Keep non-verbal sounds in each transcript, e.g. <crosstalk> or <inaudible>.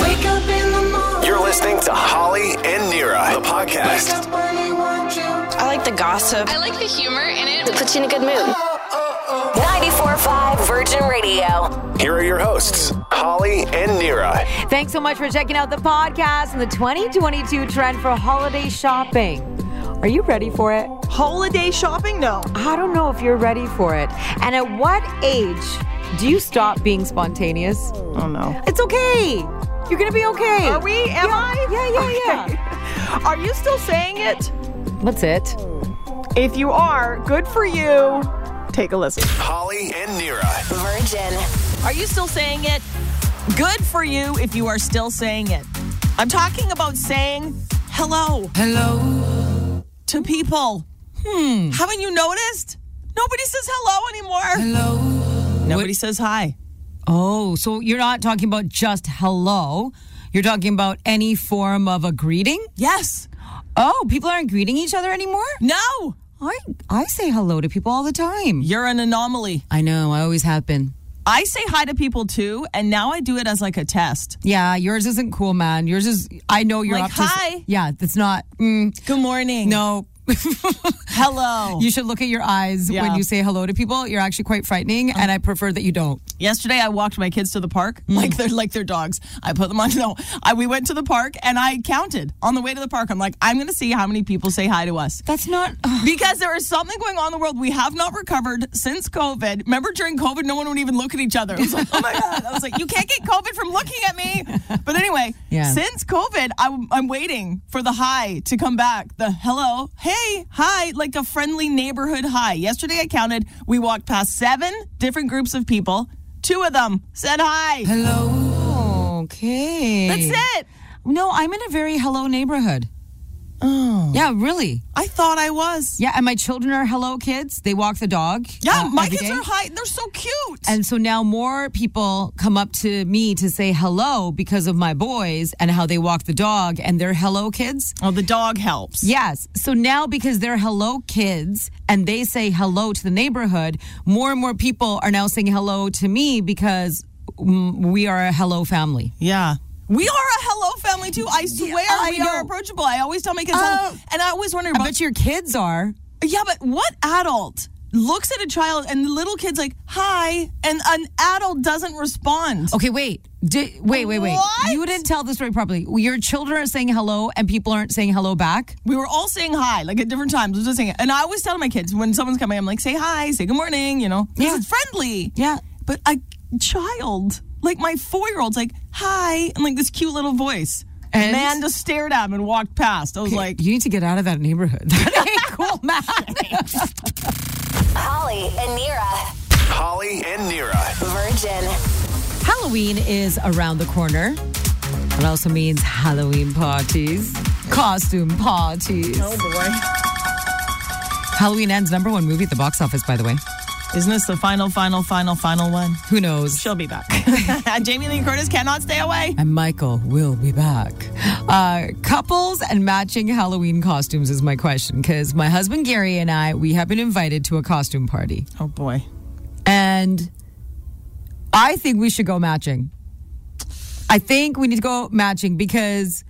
Wake up in the morning. You're listening to Holly and Nira, the Wake podcast. up when he wants you. I like the gossip. I like the humor in it. puts you in a good mood. 94.5 Virgin Radio. Here are your hosts, Holly and Nira. Thanks so much for checking out the podcast and the 2022 trend for holiday shopping. Are you ready for it? Holiday shopping? No. I don't know if you're ready for it. And at what age do you stop being spontaneous? Oh no. It's okay. You're going to be okay. Are we? Am yeah, I? Yeah, yeah, yeah. Okay. Are you still saying it? What's it? If you are, good for you. Take a listen. Holly and Nira. Virgin. Are you still saying it? Good for you if you are still saying it. I'm talking about saying hello. Hello. To people. Hmm. Haven't you noticed? Nobody says hello anymore. Hello. Nobody says hi. Oh, so you're not talking about just hello. You're talking about any form of a greeting? Yes. Oh, people aren't greeting each other anymore? No. I I say hello to people all the time. You're an anomaly. I know, I always have been. I say hi to people too, and now I do it as like a test. Yeah, yours isn't cool, man. Yours is I know you're Like, up to s- hi. Oh. Yeah, that's not mm, Good morning. no. Hello. <laughs> You should look at your eyes Yeah. when you say hello to people. You're actually quite frightening, and I prefer that you don't. Yesterday, I walked my kids to the park like they're like their dogs. I put them on. <laughs> No, I, we went to the park and I counted on the way to the park. I'm like, I'm going to see how many people say hi to us That's not. because there is something going on in the world we have not recovered since COVID. Remember during COVID, no one would even look at each other. I was like, oh my god! I was like, you can't get COVID from looking at me. But anyway, Yeah. since COVID, I'm, I'm waiting for the hi to come back. The hello, hey, hi, like a friendly neighborhood hi. Yesterday, I counted. We walked past seven different groups of people. Two of them said hi. okay. That's it. No, I'm in a very hello neighborhood. Oh. Yeah, really. I thought I was. Yeah, and my children are hello kids. They walk the dog. Yeah, uh, my every kids day. are hi. They're so cute. And so now more people come up to me to say hello because of my boys and how they walk the dog and they're hello kids. oh, the dog helps. Yes. So now because they're hello kids and they say hello to the neighborhood, more and more people are now saying hello to me because mm, we are a hello family. Yeah. We are a hello family too. I swear I we know. are approachable. I always tell my kids, Uh, hello. and I always wonder I about bet your kids are. yeah, but what adult looks at a child and the little kid's like hi, and an adult doesn't respond? Okay, wait. Di- wait, wait, wait. What? You didn't tell the story properly. Your children are saying hello and people aren't saying hello back. We were all saying hi, like at different times. I was just saying, it. and I always tell my kids when someone's coming, I'm like, say hi, say good morning, you know, because Yeah. it's friendly. Yeah. But a child, like my four year old's, like hi, and like this cute little voice. And? man just stared at him and walked past. I was like, you need to get out of that neighborhood. <laughs> That ain't cool, man. Holly and Nira. Holly and Nira. Virgin. Halloween is around the corner. It also means Halloween parties, costume parties. oh boy. Halloween ends number one movie at the box office, by the way. Isn't this the final, final, final, final one? Who knows? She'll be back. <laughs> Jamie Lee Curtis cannot stay away. and Michael will be back. Uh, couples and matching Halloween costumes is my question because my husband Gary and I we have been invited to a costume party, Oh boy. and I think we should go matching. I think we need to go matching because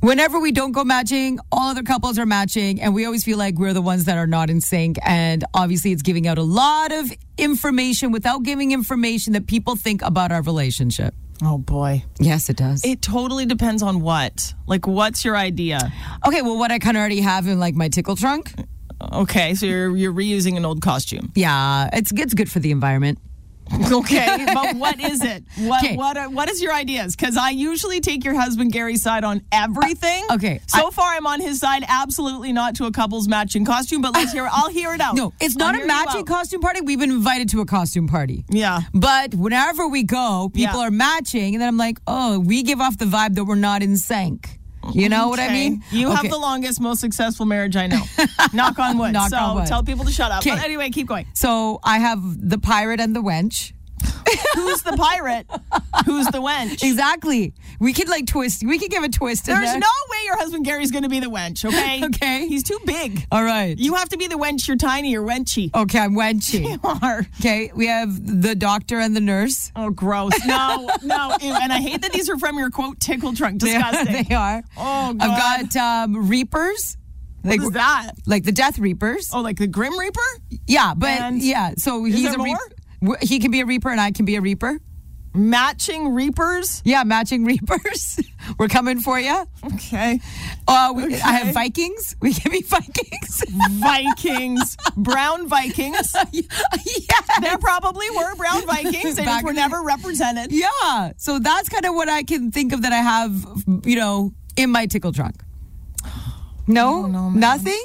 whenever we don't go matching, all other couples are matching, and we always feel like we're the ones that are not in sync. And obviously, it's giving out a lot of information without giving information that people think about our relationship. Oh boy. Yes, it does. It totally depends on what. Like, what's your idea? Okay, well, what I kind of already have in like my tickle trunk. Okay, so you're you're reusing an old costume. Yeah, it's it's good for the environment. <laughs> Okay, but what is it? What 'Kay. what are, what is your ideas? Because I usually take your husband Gary's side on everything. Uh, okay, So far, I'm on his side. Absolutely not to a couple's matching costume. But let's hear. I'll hear it out. No, it's not I'll a hear you matching out. costume party. We've been invited to a costume party. Yeah. But whenever we go, people Yeah. are matching, and then I'm like, oh, we give off the vibe that we're not in sync. You know what I Okay. mean? You Okay. have the longest, most successful marriage I <laughs> know. Knock on wood. Knock so on wood. tell people to shut up. But Okay. anyway, keep going. So I have the pirate and the wench. Who's the pirate? Who's the wench? Exactly. We could like twist. We could give a twist. in There's there. no way your husband Gary's going to be the wench, okay? <laughs> Okay. He's too big. All right. You have to be the wench. You're tiny. You're wenchy. okay, I'm wenching. <laughs> You are. Okay, we have the doctor and the nurse. <laughs> Oh, gross. No, no. Ew. And I hate that these are from your quote tickle trunk. They are- Disgusting. They are. Oh, God. I've got um, reapers. Like, What is that? Like the death reapers. Oh, like the Grim Reaper? Yeah, but And- yeah. So he's there a reaper. more? He can be a reaper and I can be a reaper. Matching Reapers? Yeah, matching reapers. <laughs> We're coming for you. Okay. Uh, we, I Okay. have Vikings. <laughs> We can be Vikings. <laughs> Vikings. brown Vikings. yeah. There probably were brown Vikings. They Back just were in the- never represented. Yeah. So that's kind of what I can think of that I have, you know, in my tickle trunk. No, nothing.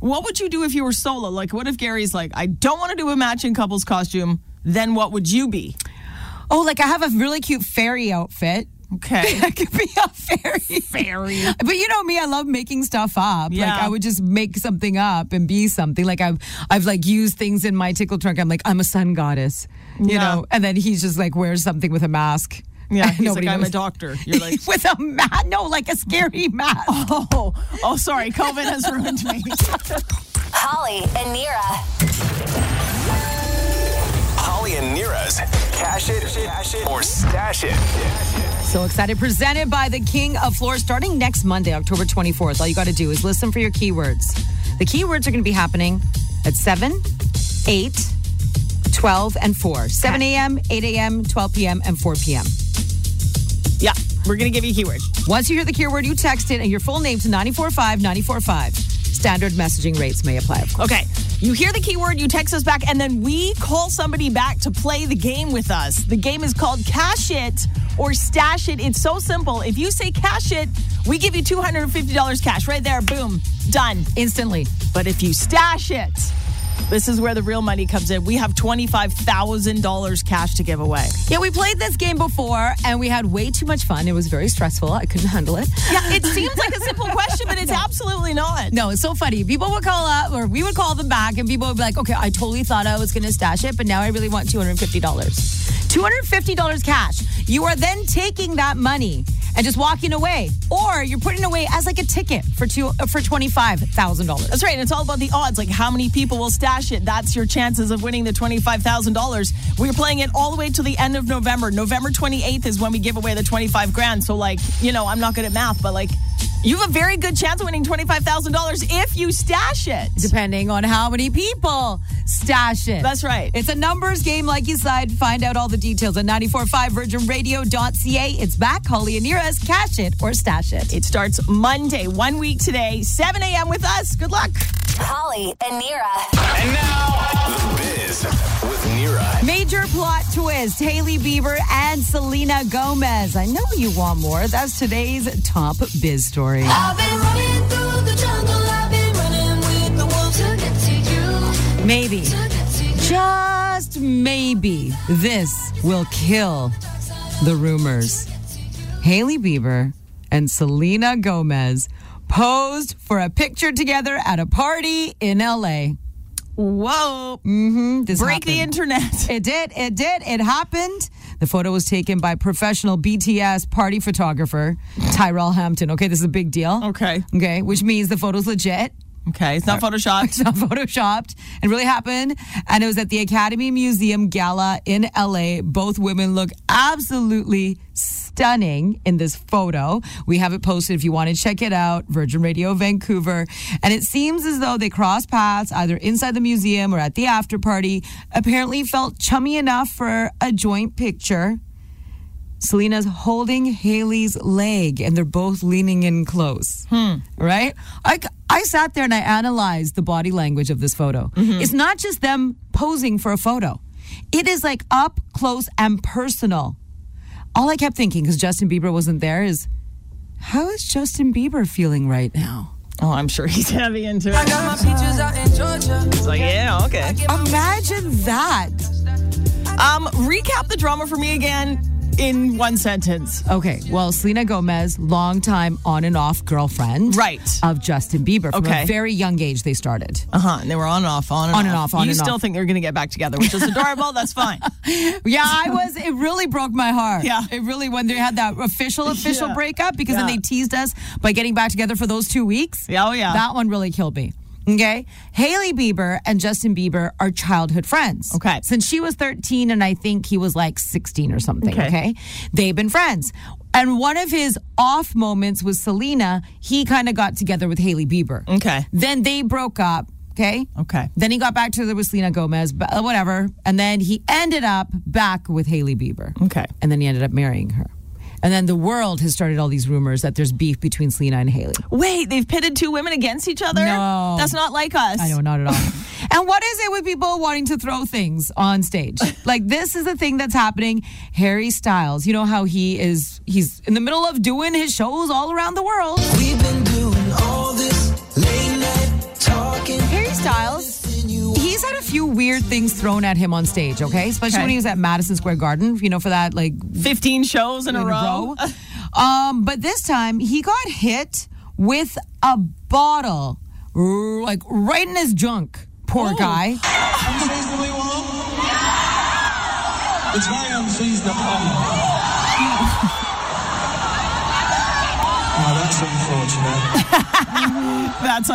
What would you do if you were solo? Like, what if Gary's like, I don't want to do a matching couples costume? Then what would you be? Oh, like I have a really cute fairy outfit. <laughs> Okay. <laughs> I could be a fairy. Fairy. But you know me, I love making stuff up. Yeah. Like I would just make something up and be something. Like I've I've like used things in my tickle trunk. I'm like, I'm a sun goddess. You Yeah. know? And then he's just like wears something with a mask. Yeah, And he's nobody like, I'm a knows. doctor. You're <laughs> like, <laughs> with a mask. No, like <laughs> a scary mask. oh, oh, sorry. COVID has ruined me. Holly and Nira. Holly and Nira's Cash It, Cash It, or Stash It. So excited. Presented by the King of Floor starting next Monday, October 24th. All you got to do is listen for your keywords. The keywords are going to be happening at 7, 8, 12, and 4. 7 a.m., 8 a.m., 12 p.m., and 4 p.m. <laughs> Yeah, we're going to give you a keyword. Once you hear the keyword, you text it and your full name to 945 945. Standard messaging rates may apply, of course. Okay. You hear the keyword, you text us back, and then we call somebody back to play the game with us. The game is called Cash It or Stash It. It's so simple. If you say Cash It, we give you $250 cash right there. Boom. Done. Instantly. But if you stash it, this is where the real money comes in. We have $25,000 cash to give away. Yeah, we played this game before and we had way too much fun. It was very stressful. I couldn't handle it. Yeah, it seems like a simple question, but it's absolutely not. <laughs> No, it's so funny. People would call up, or we would call them back, and people would be like, okay, I totally thought I was going to stash it, but now I really want $250. $250 cash. You are then taking that money and just walking away, or you're putting away as like a ticket for two uh, for $25,000. That's right. And it's all about the odds, like how many people will stash it. That's your chances of winning the $25,000. We're playing it all the way to the end of November. November 28th is when we give away the 25 grand. So, like, you know, I'm not good at math, but like, you have a very good chance of winning $25,000 if you stash it. Depending on how many people stash it. That's right. It's a numbers game, like you said. Find out all the details at 945virginradio.ca. It's back. Holly and Nira's cash it or stash it. It starts Monday, one week today, 7 a.m. with us. Good luck. Holly and Nira. And now, The Biz with Nira. Major plot twist Haley Bieber and Selena Gomez. I know you want more. That's today's top biz story. I've been running through the jungle. I've been running with the wolves to get to you. Maybe, To get to you. just maybe, this will kill the rumors. Haley Bieber and Selena Gomez posed for a picture together at a party in LA. Whoa. This Break the happened. internet. It did. It did. It happened. The photo was taken by professional BTS party photographer Tyrell Hampton. Okay, this is a big deal. <laughs> Okay. Okay, which means the photo's legit. Okay. It's not <laughs> Photoshopped. It's not photoshopped. It really happened. And it was at the Academy Museum Gala in LA. Both women look absolutely stunning in this photo. We have it posted if you want to check it out, Virgin Radio Vancouver. And it seems as though they crossed paths either inside the museum or at the after party. Apparently felt chummy enough for a joint picture. Selena's holding Haley's leg and they're both leaning in close. Hmm. Right? I, I sat there and I analyzed the body language of this photo. Mm-hmm. It's not just them posing for a photo, it is like up close and personal. All I kept thinking, because Justin Bieber wasn't there, is how is Justin Bieber feeling right now? Oh, I'm sure he's <laughs> heavy into it. Got my peaches out in Georgia. It's like, yeah, okay. Imagine that. Um, recap the drama for me again. in one sentence. Okay, well, Selena Gomez, longtime on and off girlfriend, Right. of Justin Bieber. From Okay. a very young age, they started. Uh huh. And they were on and off, on and On and off, on you and still off. think they're going to get back together, which is adorable. <laughs> That's fine. Yeah, I was. It really broke my heart. Yeah. it really when they had that official official Yeah. breakup because then Yeah. they teased us by getting back together for those two weeks. Yeah, oh, yeah. that one really killed me. Okay, Haley Bieber and Justin Bieber are childhood friends. Okay. since she was 13 and I think he was like 16 or something. Okay. Okay, they've been friends. And one of his off moments was Selena. He kind of got together with Haley Bieber. Okay. Then they broke up. Okay. Okay. Then he got back to the with Selena Gomez, but uh, whatever. And then he ended up back with Haley Bieber. Okay. And then he ended up marrying her. And then the world has started all these rumors that there's beef between Selena and Haley. Wait, they've pitted two women against each other? No. That's not like us. I know, not at all. <laughs> and what is it with people wanting to throw things on <laughs> stage? like this is the thing that's happening. Harry Styles, you know how he is he's in the middle of doing his shows all around the world. We've been doing all this late night talking. Harry Styles, he's had a few weird things thrown at him on stage, okay? Especially Okay. when he was at Madison Square Garden, you know, for that like 15 shows in, a, in row. a row. Um, but this time he got hit with a bottle, r- like right in his junk. Poor Oh. guy. Unseasonably warm? It's very unseasonable. <laughs> Oh, Oh, that's unfortunate. <laughs> That's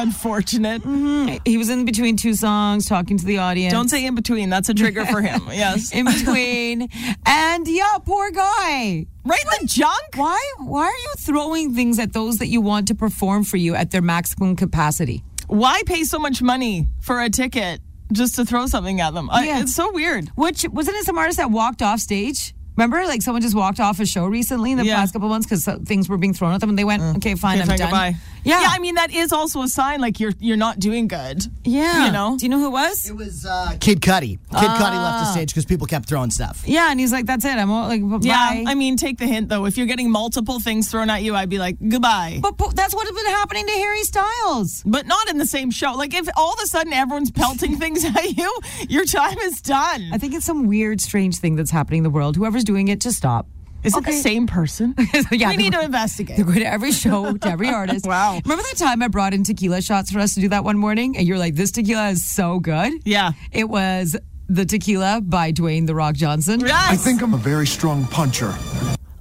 unfortunate. He was in between two songs, talking to the audience. Don't say in between. That's a trigger for him. <laughs> Yes. <laughs> in between. and yeah, poor guy. right in the junk? Why? Why are you throwing things at those that you want to perform for you at their maximum capacity? Why pay so much money for a ticket just to throw something at them? I- Yeah. it's so weird. Which wasn't it some artist that walked off stage? Remember, like someone just walked off a show recently in the Yeah. past couple months because things were being thrown at them, and they went, "Okay, fine, I'm Saying done." goodbye. Yeah, I mean that is also a sign like you're you're not doing good. yeah. you know. do you know who it was? It was uh, Kid Cudi. Kid Cudi left the stage because people kept throwing stuff. Yeah, and he's like, "That's it. I'm all, like, bye." Yeah, I mean take the hint though. If you're getting multiple things thrown at you, I'd be like goodbye. but, po- that's what's been happening to Harry Styles. But not in the same show. Like if all of a sudden everyone's <laughs> pelting things at you, your time is done. I think it's some weird, strange thing that's happening in the world. Whoever's doing it, just stop. <laughs> Is it the same person? yeah, we need they're- to investigate. They're going to every show, <laughs> to every artist. Wow. Remember that time I brought in tequila shots for us to do that one morning? And you're like, this tequila is so good. Yeah. It was the tequila by Dwayne The Rock Johnson. Yes. I think I'm a very strong puncher.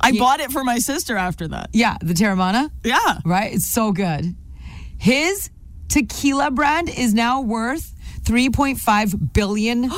I bought it for my sister after that. Yeah, the Terramana, Yeah. right? It's so good. His tequila brand is now worth <gasps> $3.5 billion.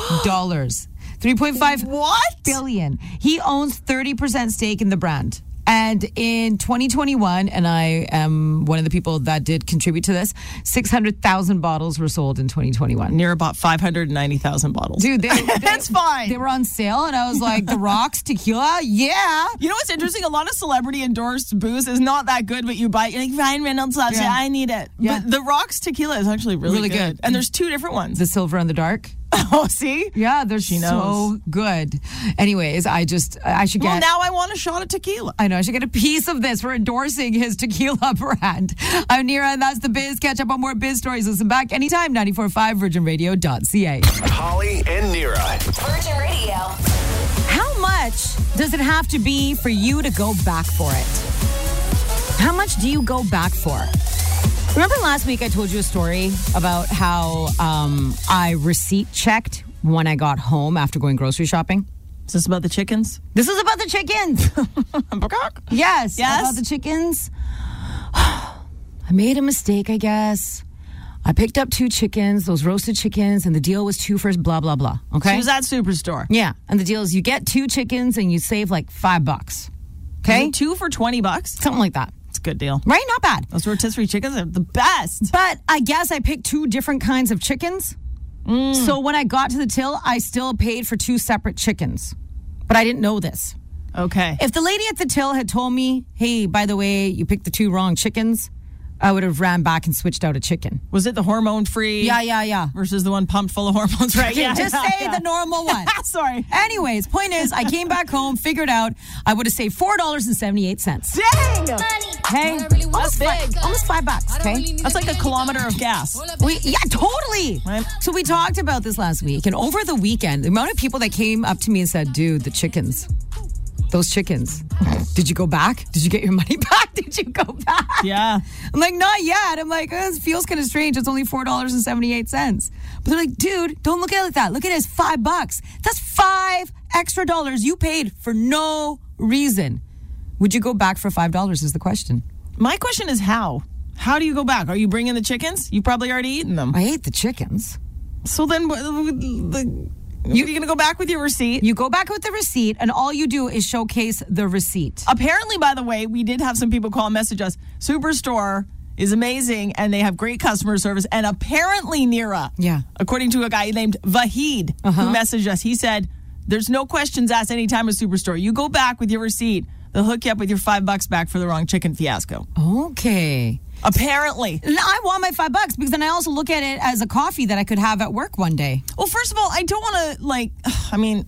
$3.5 What? billion. He owns 30% stake in the brand. And in 2021, and I am one of the people that did contribute to this, 600,000 bottles were sold in 2021. Near about 590,000 bottles. <laughs> Dude, they, they- That's fine. They were on sale, and I was like, The Rocks, tequila? Yeah. You know what's interesting? A lot of celebrity endorsed booze is not that good, but you buy it. You're like Ryan Reynolds loves Yeah. it. I need it. Yeah. But the Rock's tequila is actually really, Really good. good. And there's two different ones. The Silver and the Dark. <laughs> oh, see? Yeah, they're knows. so good. Anyways, I just, I should get. Well, now I want a shot of tequila. I know. I should get a piece of this for endorsing his tequila <laughs> brand. I'm Nira, and that's the biz. Catch up on more biz stories. Listen back anytime, 945 virginradio.ca. Holly and Nira. Virgin Radio. How much does it have to be for you to go back for it? How much do you go back for? Remember last week I told you a story about how um, I receipt checked when I got home after going grocery shopping? Is this about the chickens? <laughs> This is about the chickens. Yes. Yes? About the chickens. <sighs> I made a mistake, I guess. I picked up two chickens, those roasted chickens, and the deal was two for blah, blah, blah. Okay. She was at Superstore. yeah. And the deal is you get two chickens and you save like five bucks. Okay. Two for 20 bucks. Something like that. It's a good deal. Right? Not bad. Those rotisserie chickens are the best. But I guess I picked two different kinds of chickens. Mm. So when I got to the till, I still paid for two separate chickens. But I didn't know this. Okay. If the lady at the till had told me, hey, by the way, you picked the two wrong chickens, I would have ran back and switched out a chicken. Was it the hormone free? Yeah, yeah, yeah. Versus the one pumped full of hormones, <laughs> right? Okay, <laughs> just say yeah. the <laughs> normal one. Sorry. Anyways, point is, I came back home, figured out I would have saved four dollars and seventy-eight cents. Dang! Hey, almost five, almost five bucks. Okay, That's like a kilometer of gas. we yeah, totally. Right. So we talked about this last week, and over the weekend, the amount of people that came up to me and said, "Dude, the chickens." those chickens. Did you go back? Did you get your money <laughs> back? Did you go back? Yeah. I'm like, not yet. I'm like, oh, this feels kind of strange. It's only four dollars and seventy eight cents. But they're like, dude, don't look at it like that. Look at it as five bucks. That's five extra dollars you paid for no reason. Would you go back for five dollars? Is the question. My question is how? How do you go back? Are you bringing the chickens? You've probably already eaten them. I hate the chickens. So then, wh- wh- the, you, are going to go back with your receipt? You go back with the receipt, and all you do is showcase the receipt. Apparently, by the way, we did have some people call and message us. Superstore is amazing, and they have great customer service. And apparently, Nira, Yeah. Uh-huh. according to a guy named Vahid who messaged us, he said, "There's no questions asked anytime at Superstore. You go back with your receipt. They'll hook you up with your five bucks back for the wrong chicken fiasco." Oh. Okay. Apparently. And I want my five bucks because then I also look at it as a coffee that I could have at work one day. Well, first of all, I don't want to like. <sighs> I mean,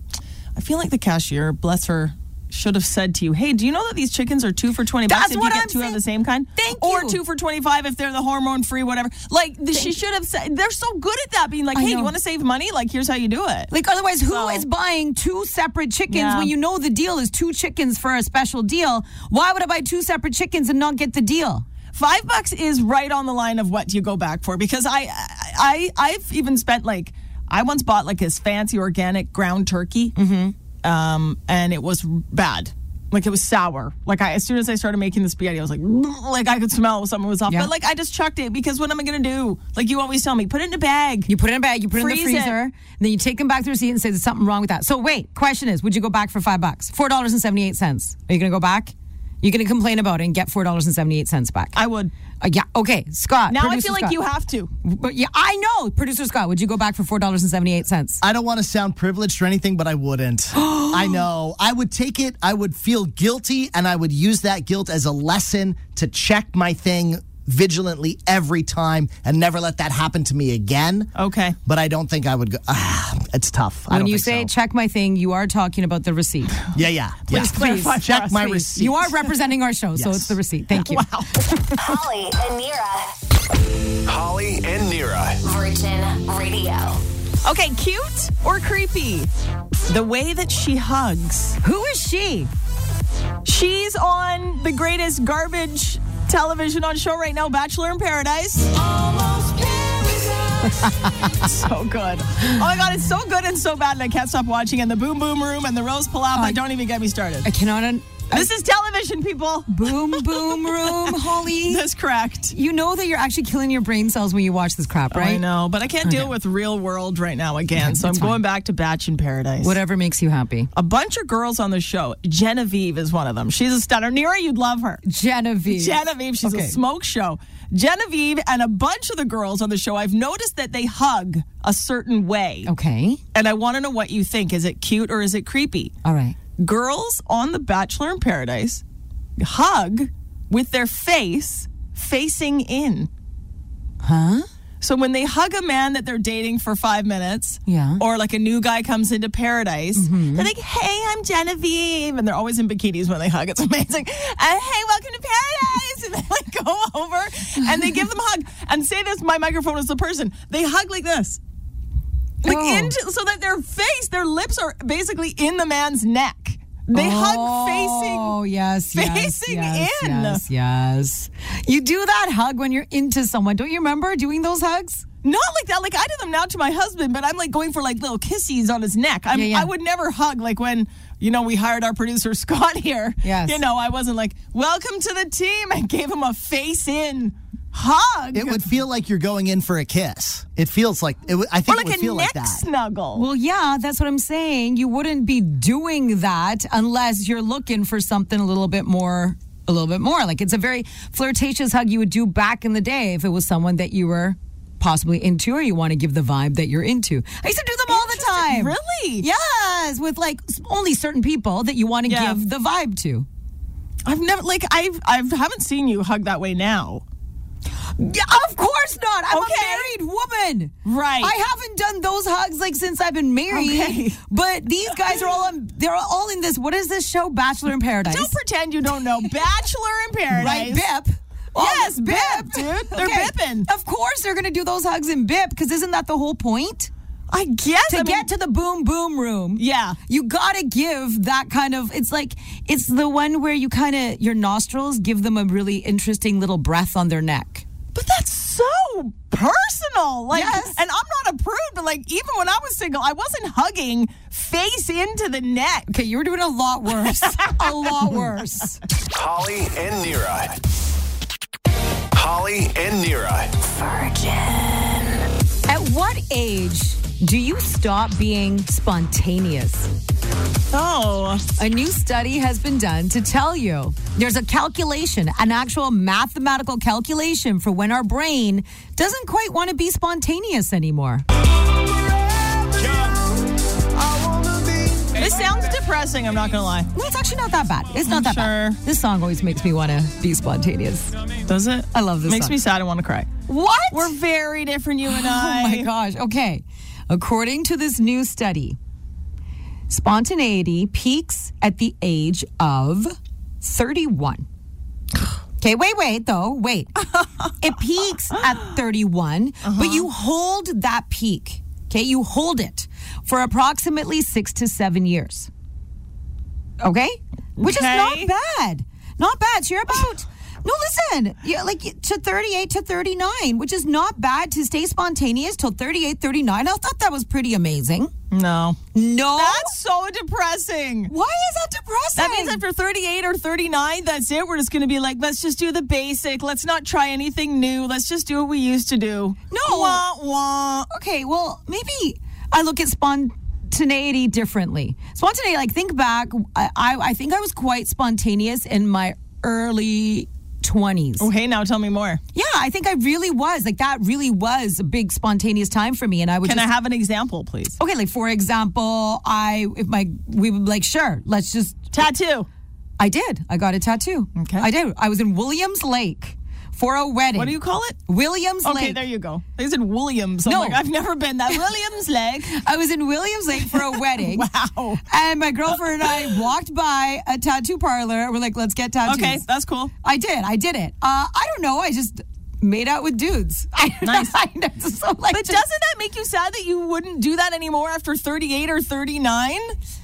I feel like the cashier, bless her, should have said to you, "Hey, do you know that these chickens are two for twenty bucks That's if what you get I'm two of saying. the same kind, Thank or you. two for twenty-five if they're the hormone-free, whatever." Like the, she should have said. They're so good at that, being like, I "Hey, you know. want to save money? Like, here's how you do it." Like otherwise, who is So- buying two separate chickens Yeah. when you know the deal is two chickens for a special deal? Why would I buy two separate chickens and not get the deal? Five bucks is right on the line of what you go back for because I, I, I've even spent like I once bought like this fancy organic ground turkey, um, and it was bad. Like it was sour. Like I, as soon as I started making this spaghetti, I was like, like I could smell something was off. Yeah. But like I just chucked it because what am I gonna do? Like you always tell me, put it in a bag. You put it in a bag, you put it in Freeze the it. freezer, and then you take them back to the receipt and say there's something wrong with that. So wait, question is, would you go back for five bucks? Four dollars and seventy-eight cents. Are you gonna go back? You're gonna complain about it and get four dollars and seventy-eight cents back. I would. Uh, yeah. Okay, Scott. Now I producer feel like Scott. you have to. But yeah, I know, producer Scott. Would you go back for four dollars and seventy-eight cents? I don't want to sound privileged or anything, but <gasps> I wouldn't. I know. I would take it, I would feel guilty, and I would use that guilt as a lesson to check my thing vigilantly every time and never let that happen to me again. Okay. But I don't think I would go. Ah, it's tough. I When don't you say think so. check my thing, you are talking about the receipt. Yeah, yeah. yeah. clarify for check us, my please. receipt. You are representing our show, so Yes. it's the receipt. Thank you. Holly and Nira. Holly and Nira. Virgin Radio. Okay, cute or creepy? The way that she hugs. Who is she? She's on the greatest garbage television on show right now, Bachelor in Paradise. <laughs> so good. Oh my god, it's so good and so bad, and I can't stop watching. And the Boom Boom Room and the Rose Palapa. don't even get me started. <laughs> I cannot. Un- this is television, people. boom, boom, room, <laughs> Holly. That's correct. You know that you're actually killing your brain cells when you watch this crap, right? I know, but I can't deal with real world right now again. so I'm going back to Batch in Paradise. Whatever makes you happy. A bunch of girls on the show. Genevieve is one of them. She's a stunner. Nira, you'd love her. Genevieve. Genevieve, she's a Okay. smoke show. Genevieve and a bunch of the girls on the show, I've noticed that they hug a certain way. Okay. And I want to know what you think. Is it cute or is it creepy? All right. Girls on The Bachelor in Paradise hug with their face facing in. Huh? So when they hug a man that they're dating for five minutes, Yeah. Mm-hmm. or like a new guy comes into paradise, they're like, "Hey, I'm Genevieve," and they're always in bikinis when they hug. It's amazing. And hey, welcome to paradise, <laughs> and they like go over and they give them a hug. And say this, my microphone is the person. They hug like this, like Oh. into so that their face, their lips are basically in the man's neck. They hug facing. Oh, yes. yes, facing yes, in. Yes, yes. You do that hug when you're into someone. Don't you remember doing those hugs? Not like that. Like I do them now to my husband, but I'm like going for like little kissies on his neck. I'm, Yeah, yeah. I would never hug like when you know we hired our producer <laughs> Scott here. Yes. You know I wasn't like welcome to the team. I gave him a face in hug. It would feel like you're going in for a kiss. It feels like it. Would, I or think like it would a feel neck like that. snuggle. Well, yeah, that's what I'm saying. You wouldn't be doing that unless you're looking for something a little bit more, a little bit more. Like it's a very flirtatious hug you would do back in the day if it was someone that you were possibly into or you want to give the vibe that you're into. I used to do them all the time. Really? Yes, with like s- only certain people that you want to Yeah. give the vibe to. I've never like I've I've haven't seen you hug that way now. Yeah, of course not. I'm Okay. a married woman. Right. I haven't done those hugs like since I've been married. Okay. But these guys are all on, they're all in this. What is this show? Bachelor in Paradise. Don't pretend you don't <laughs> know Bachelor in Paradise. right, Bip. All Yes, this Bip, dude. They're bipping. Of course they're gonna do those hugs in Bip, because isn't that the whole point? I guess to I mean- get to the boom boom room. Yeah. You gotta give that kind of it's like it's the one where you kinda your nostrils give them a really interesting little breath on their neck. But that's so personal. Like, Yes. and I'm not a prude, but like, even when I was single, I wasn't hugging face into the neck. Okay, you were doing a lot worse. a lot worse. Holly and Nira. Holly and Nira. At what age do you stop being spontaneous? <laughs> Oh, A new study has been done to tell you there's a calculation, an actual mathematical calculation for when our brain doesn't quite want to be spontaneous anymore. this sounds depressing. I'm not gonna lie. No, it's actually not that bad. It's not I'm that bad. sure. This song always makes me want to be spontaneous. Does it? I love this Makes song. me sad. I want to cry. What? We're very different, you and I. <laughs> Oh my gosh. Okay. According to this new study, spontaneity peaks at the age of 31. <gasps> Okay, wait, wait, though. Wait. <laughs> it <gasps> peaks at 31, but you Uh-huh. hold that peak. Okay, you hold it for approximately six to seven years. Okay? Which Okay. is not bad. Not bad. So you're about. No, listen. Yeah, like to 38 to 39, which is not bad to stay spontaneous till 38, 39. I thought that was pretty amazing. No, No. that's so depressing. Why is that depressing? That means after 38 or 39, that's it. We're just going to be like, let's just do the basic. Let's not try anything new. Let's just do what we used to do. No. Wah, wah. okay, well, maybe I look at spontaneity differently. Spontaneity, like think back, I, I, I think I was quite spontaneous in my early 20s. Okay, now tell me more. Yeah, I think I really was. Like that really was a big spontaneous time for me. And I would Can just I have an example, please? Okay, like for example, I if my we would like sure, let's just Tattoo. I did. I got a tattoo. Okay. I did. I was in Williams Lake for a wedding. What do you call it? Williams Okay, Lake. there you go. They said Williams. I'm No. like, I've never been <laughs> that. Williams leg. I was in Williams Lake for a <laughs> wedding. Wow. And my girlfriend and I walked by a tattoo parlor. We're like, let's get tattoos. Okay, that's cool. I did. I did it. Uh, I don't know. I just made out with dudes. <laughs> Nice. I know. So like, But just- doesn't that make you sad that you wouldn't do that anymore after 38 or 39?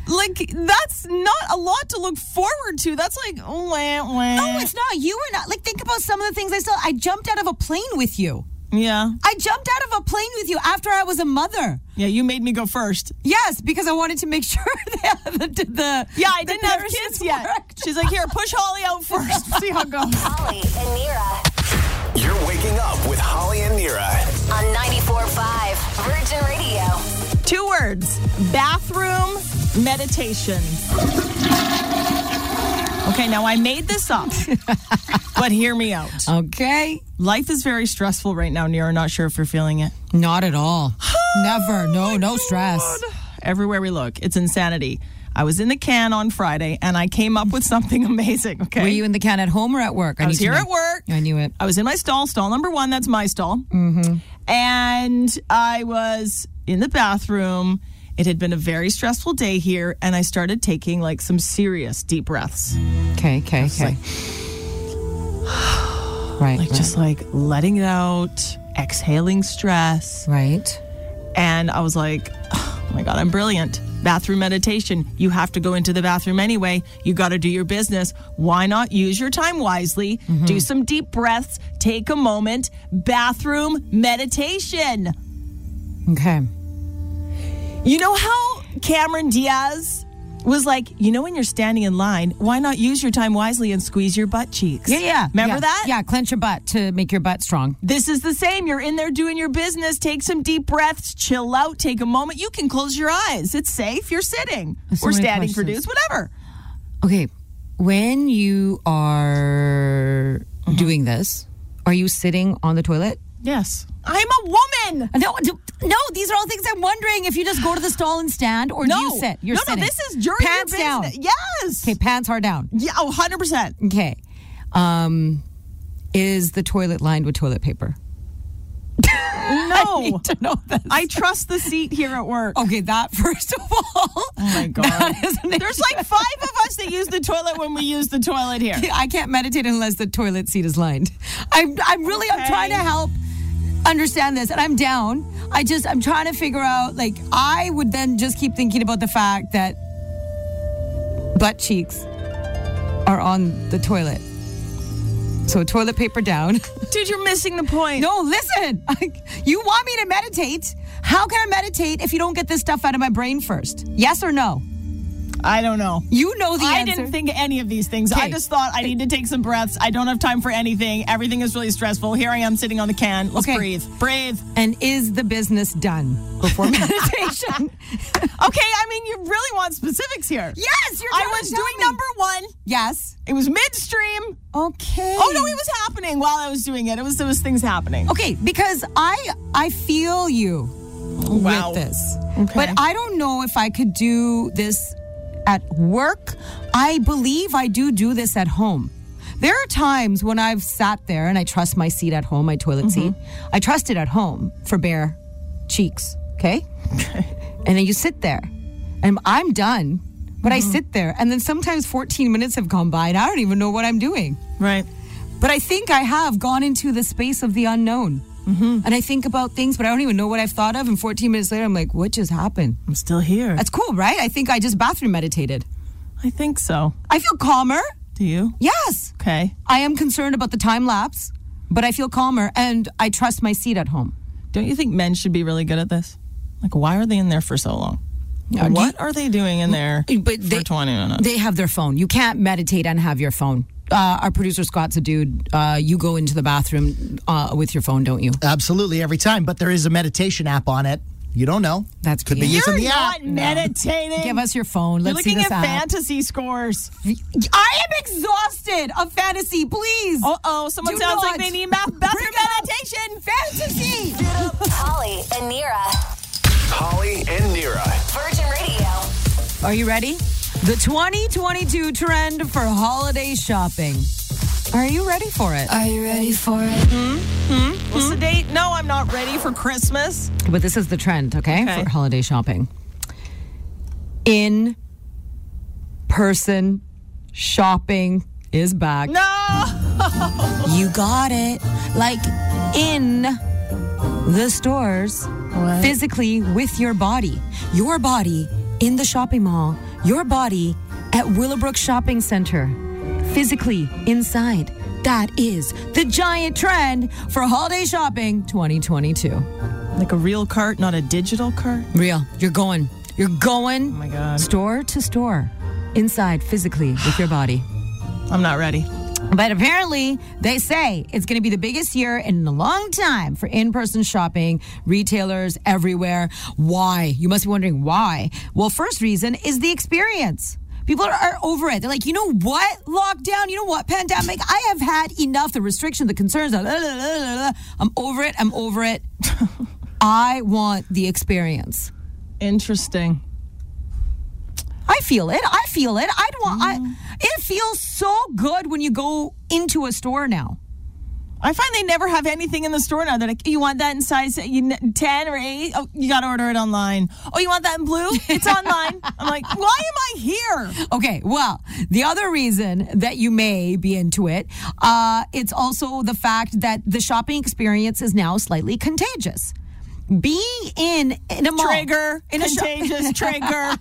Like, that's not a lot to look forward to. That's like, wah, wah. No, it's not. You were not. Like, think about some of the things I still. I jumped out of a plane with you. yeah. I jumped out of a plane with you after I was a mother. Yeah, you made me go first. Yes, because I wanted to make <laughs> sure that the, the, the Yeah, I the didn't have comparisons kids yet. worked. She's like, here, push Holly out <laughs> first. See how it goes. Holly and Nira You're waking up with Holly and Nira. on 94.5 Virgin Radio. Two words bathroom meditation. Okay, now I made this <laughs> up, but hear me out. Okay, Life is very stressful right now, Nira. Not sure if you're feeling it. not at all. Never. No, no stress. Everywhere we look, it's insanity. I was in the can on Friday and I came up with something <laughs> amazing. Okay. Were you in the can at home or at work? I was need here to at know. work. I knew it. I was in my stall, stall number one. That's my stall. Mm-hmm. And I was in the bathroom. It had been a very stressful day here, and I started taking like some serious deep breaths. Okay, okay, okay. <sighs> right, Like, right, just like letting it out, exhaling stress. right. And I was like, oh my God, I'm brilliant. Bathroom meditation. You have to go into the bathroom anyway. You got to do your business. Why not use your time wisely? Do some deep breaths, take a moment. Bathroom meditation. Okay. You know how Cameron Diaz was like, you know, when you're standing in line, why not use your time wisely and squeeze your butt cheeks? Yeah, yeah. Remember yeah. that? Yeah, clench your butt to make your butt strong. This is the same. You're in there doing your business. Take some deep breaths, chill out, take a moment. You can close your eyes. It's safe. You're sitting There's so or many standing for dudes, questions. whatever. Okay, when you are doing this, are you sitting on the toilet? Yes. I'm a woman. No, no. These are all things I'm wondering. If you just go to the stall and stand, or No. do you sit? You're no, sitting. no, this is during pants your business. down. Yes. Okay, pants are down. Yeah, oh, <laughs> 100%. Okay, um, is the toilet lined with toilet paper? No. I, Need to know this. Oh. trust the seat here at work. okay, that <laughs> first of all. Oh my God. that is an There's issue. like five of us that use the toilet when we use the toilet here. I can't meditate unless the toilet seat is lined. I'm, I'm really, I'm Okay. trying to help understand this, and I'm down. I just I'm trying to figure out like I would then just keep thinking about the fact that butt cheeks are on the toilet. So toilet paper down. <laughs> Dude, you're missing the point. No, listen. you want me to meditate? How can I meditate if you don't get this stuff out of my brain first? Yes or no? I don't know. You know the I answer. didn't think any of these things. I Okay. just thought I need to take some breaths. I don't have time for anything. Everything is really stressful. Here I am sitting on the can. Let's Okay. breathe. Breathe. and is the business done before <laughs> meditation? Okay, I mean, you really want specifics here. Yes, you're trying I to was tell doing me. number one. yes. It was midstream. Okay. Oh no, it was happening while I was doing it. It was those things happening. Okay, because I I feel you wow. with this. Okay. But I don't know if I could do this at work. I believe I do do this at home. There are times when I've sat there and I trust my seat at home, my toilet seat. I trust it at home for bare cheeks, okay? and then you sit there and I'm done, but I sit there. And then sometimes 14 minutes have gone by and I don't even know what I'm doing. Right. But I think I have gone into the space of the unknown. And I think about things, but I don't even know what I've thought of. And 14 minutes later, I'm like, what just happened? I'm still here. That's cool, right? I think I just bathroom meditated. I think so. I feel calmer. Do you? Yes. Okay. I am concerned about the time lapse, but I feel calmer and I trust my seat at home. Don't you think men should be really good at this? Like, why are they in there for so long? do what are they doing in there But for 20 minutes? They have their phone. You can't meditate and have your phone. Uh, our producer Scott's a dude. Uh, you go into the bathroom uh, with your phone, don't you? Absolutely, every time. But there is a meditation app on it. You don't know. That's could be BS. using You're the app. not meditating. Give us your phone. You're Let's see looking this at app. fantasy <laughs> scores. I am exhausted of fantasy. Please. Uh oh, someone Do sounds not like they need math bathroom bring up meditation. fantasy. Holly and Nira. Holly and Nira. Virgin Radio. Are you ready? The 2022 trend for holiday shopping. Are you ready for it? Are you ready for it? What's the date? No, I'm not ready for Christmas. but this is the trend, okay, Okay. for holiday shopping. In person shopping is back. No. <laughs> You got it. Like in the stores, physically with your body. Your body in the shopping mall, your body at Willowbrook Shopping Center, physically inside. That is the giant trend for holiday shopping 2022. Like a real cart, not a digital cart. Real. You're going. You're going Oh my God. store to store, inside physically with your body. I'm not ready. But apparently, they say it's going to be the biggest year in a long time for in person shopping, retailers everywhere. Why? You must be wondering why. Well, first reason is the experience. People are, are over it. They're like, you know what? Lockdown, you know what? Pandemic. I have had enough. The restrictions, the concerns. la, la, la, la, la. I'm over it. I'm <laughs> over it. I want the experience. Interesting. I feel it. I feel it. I'd want. I, it feels so good when you go into a store now. I find they never have anything in the store now. They're like, you want that in size you kn- 10 or 8? Oh, you got to order it online. Oh, you want that in blue? It's <laughs> online. I'm like, why am I here? Okay, well, the other reason that you may be into it, uh, it's also the fact that the shopping experience is now slightly contagious. Being in in a mall, Trigger, in a shop- contagious trigger.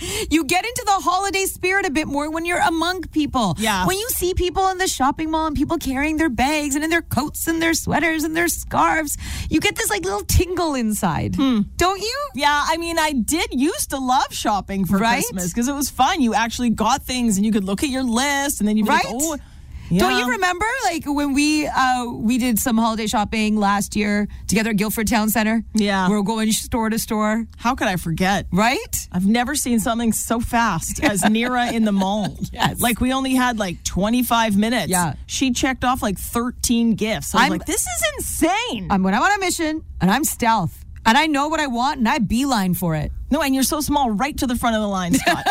<laughs> you get into the holiday spirit a bit more when you're among people. Yeah. when you see people in the shopping mall and people carrying their bags and in their coats and their sweaters and their scarves, you get this like little tingle inside, Hmm. don't you? Yeah, I mean, I did used to love shopping for Right? Christmas because it was fun. You actually got things and you could look at your list and then you'd be like, Right? oh, Don't yeah. you remember, like when we uh, we did some holiday shopping last year together at Guilford Town Center? Yeah. we're going store to store, How could I forget? right? I've never seen something so <laughs> fast as Nira in the mall. Yes. Like we only had like 25 minutes. Yeah. She checked off like 13 gifts. I was I'm- like, this is insane. I'm when I'm on a mission and I'm stealth and I know what I want and I beeline for it. no, and you're so <laughs> small, right to the front of the line, Scott.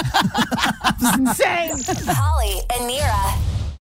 this is insane. Holly and Nira.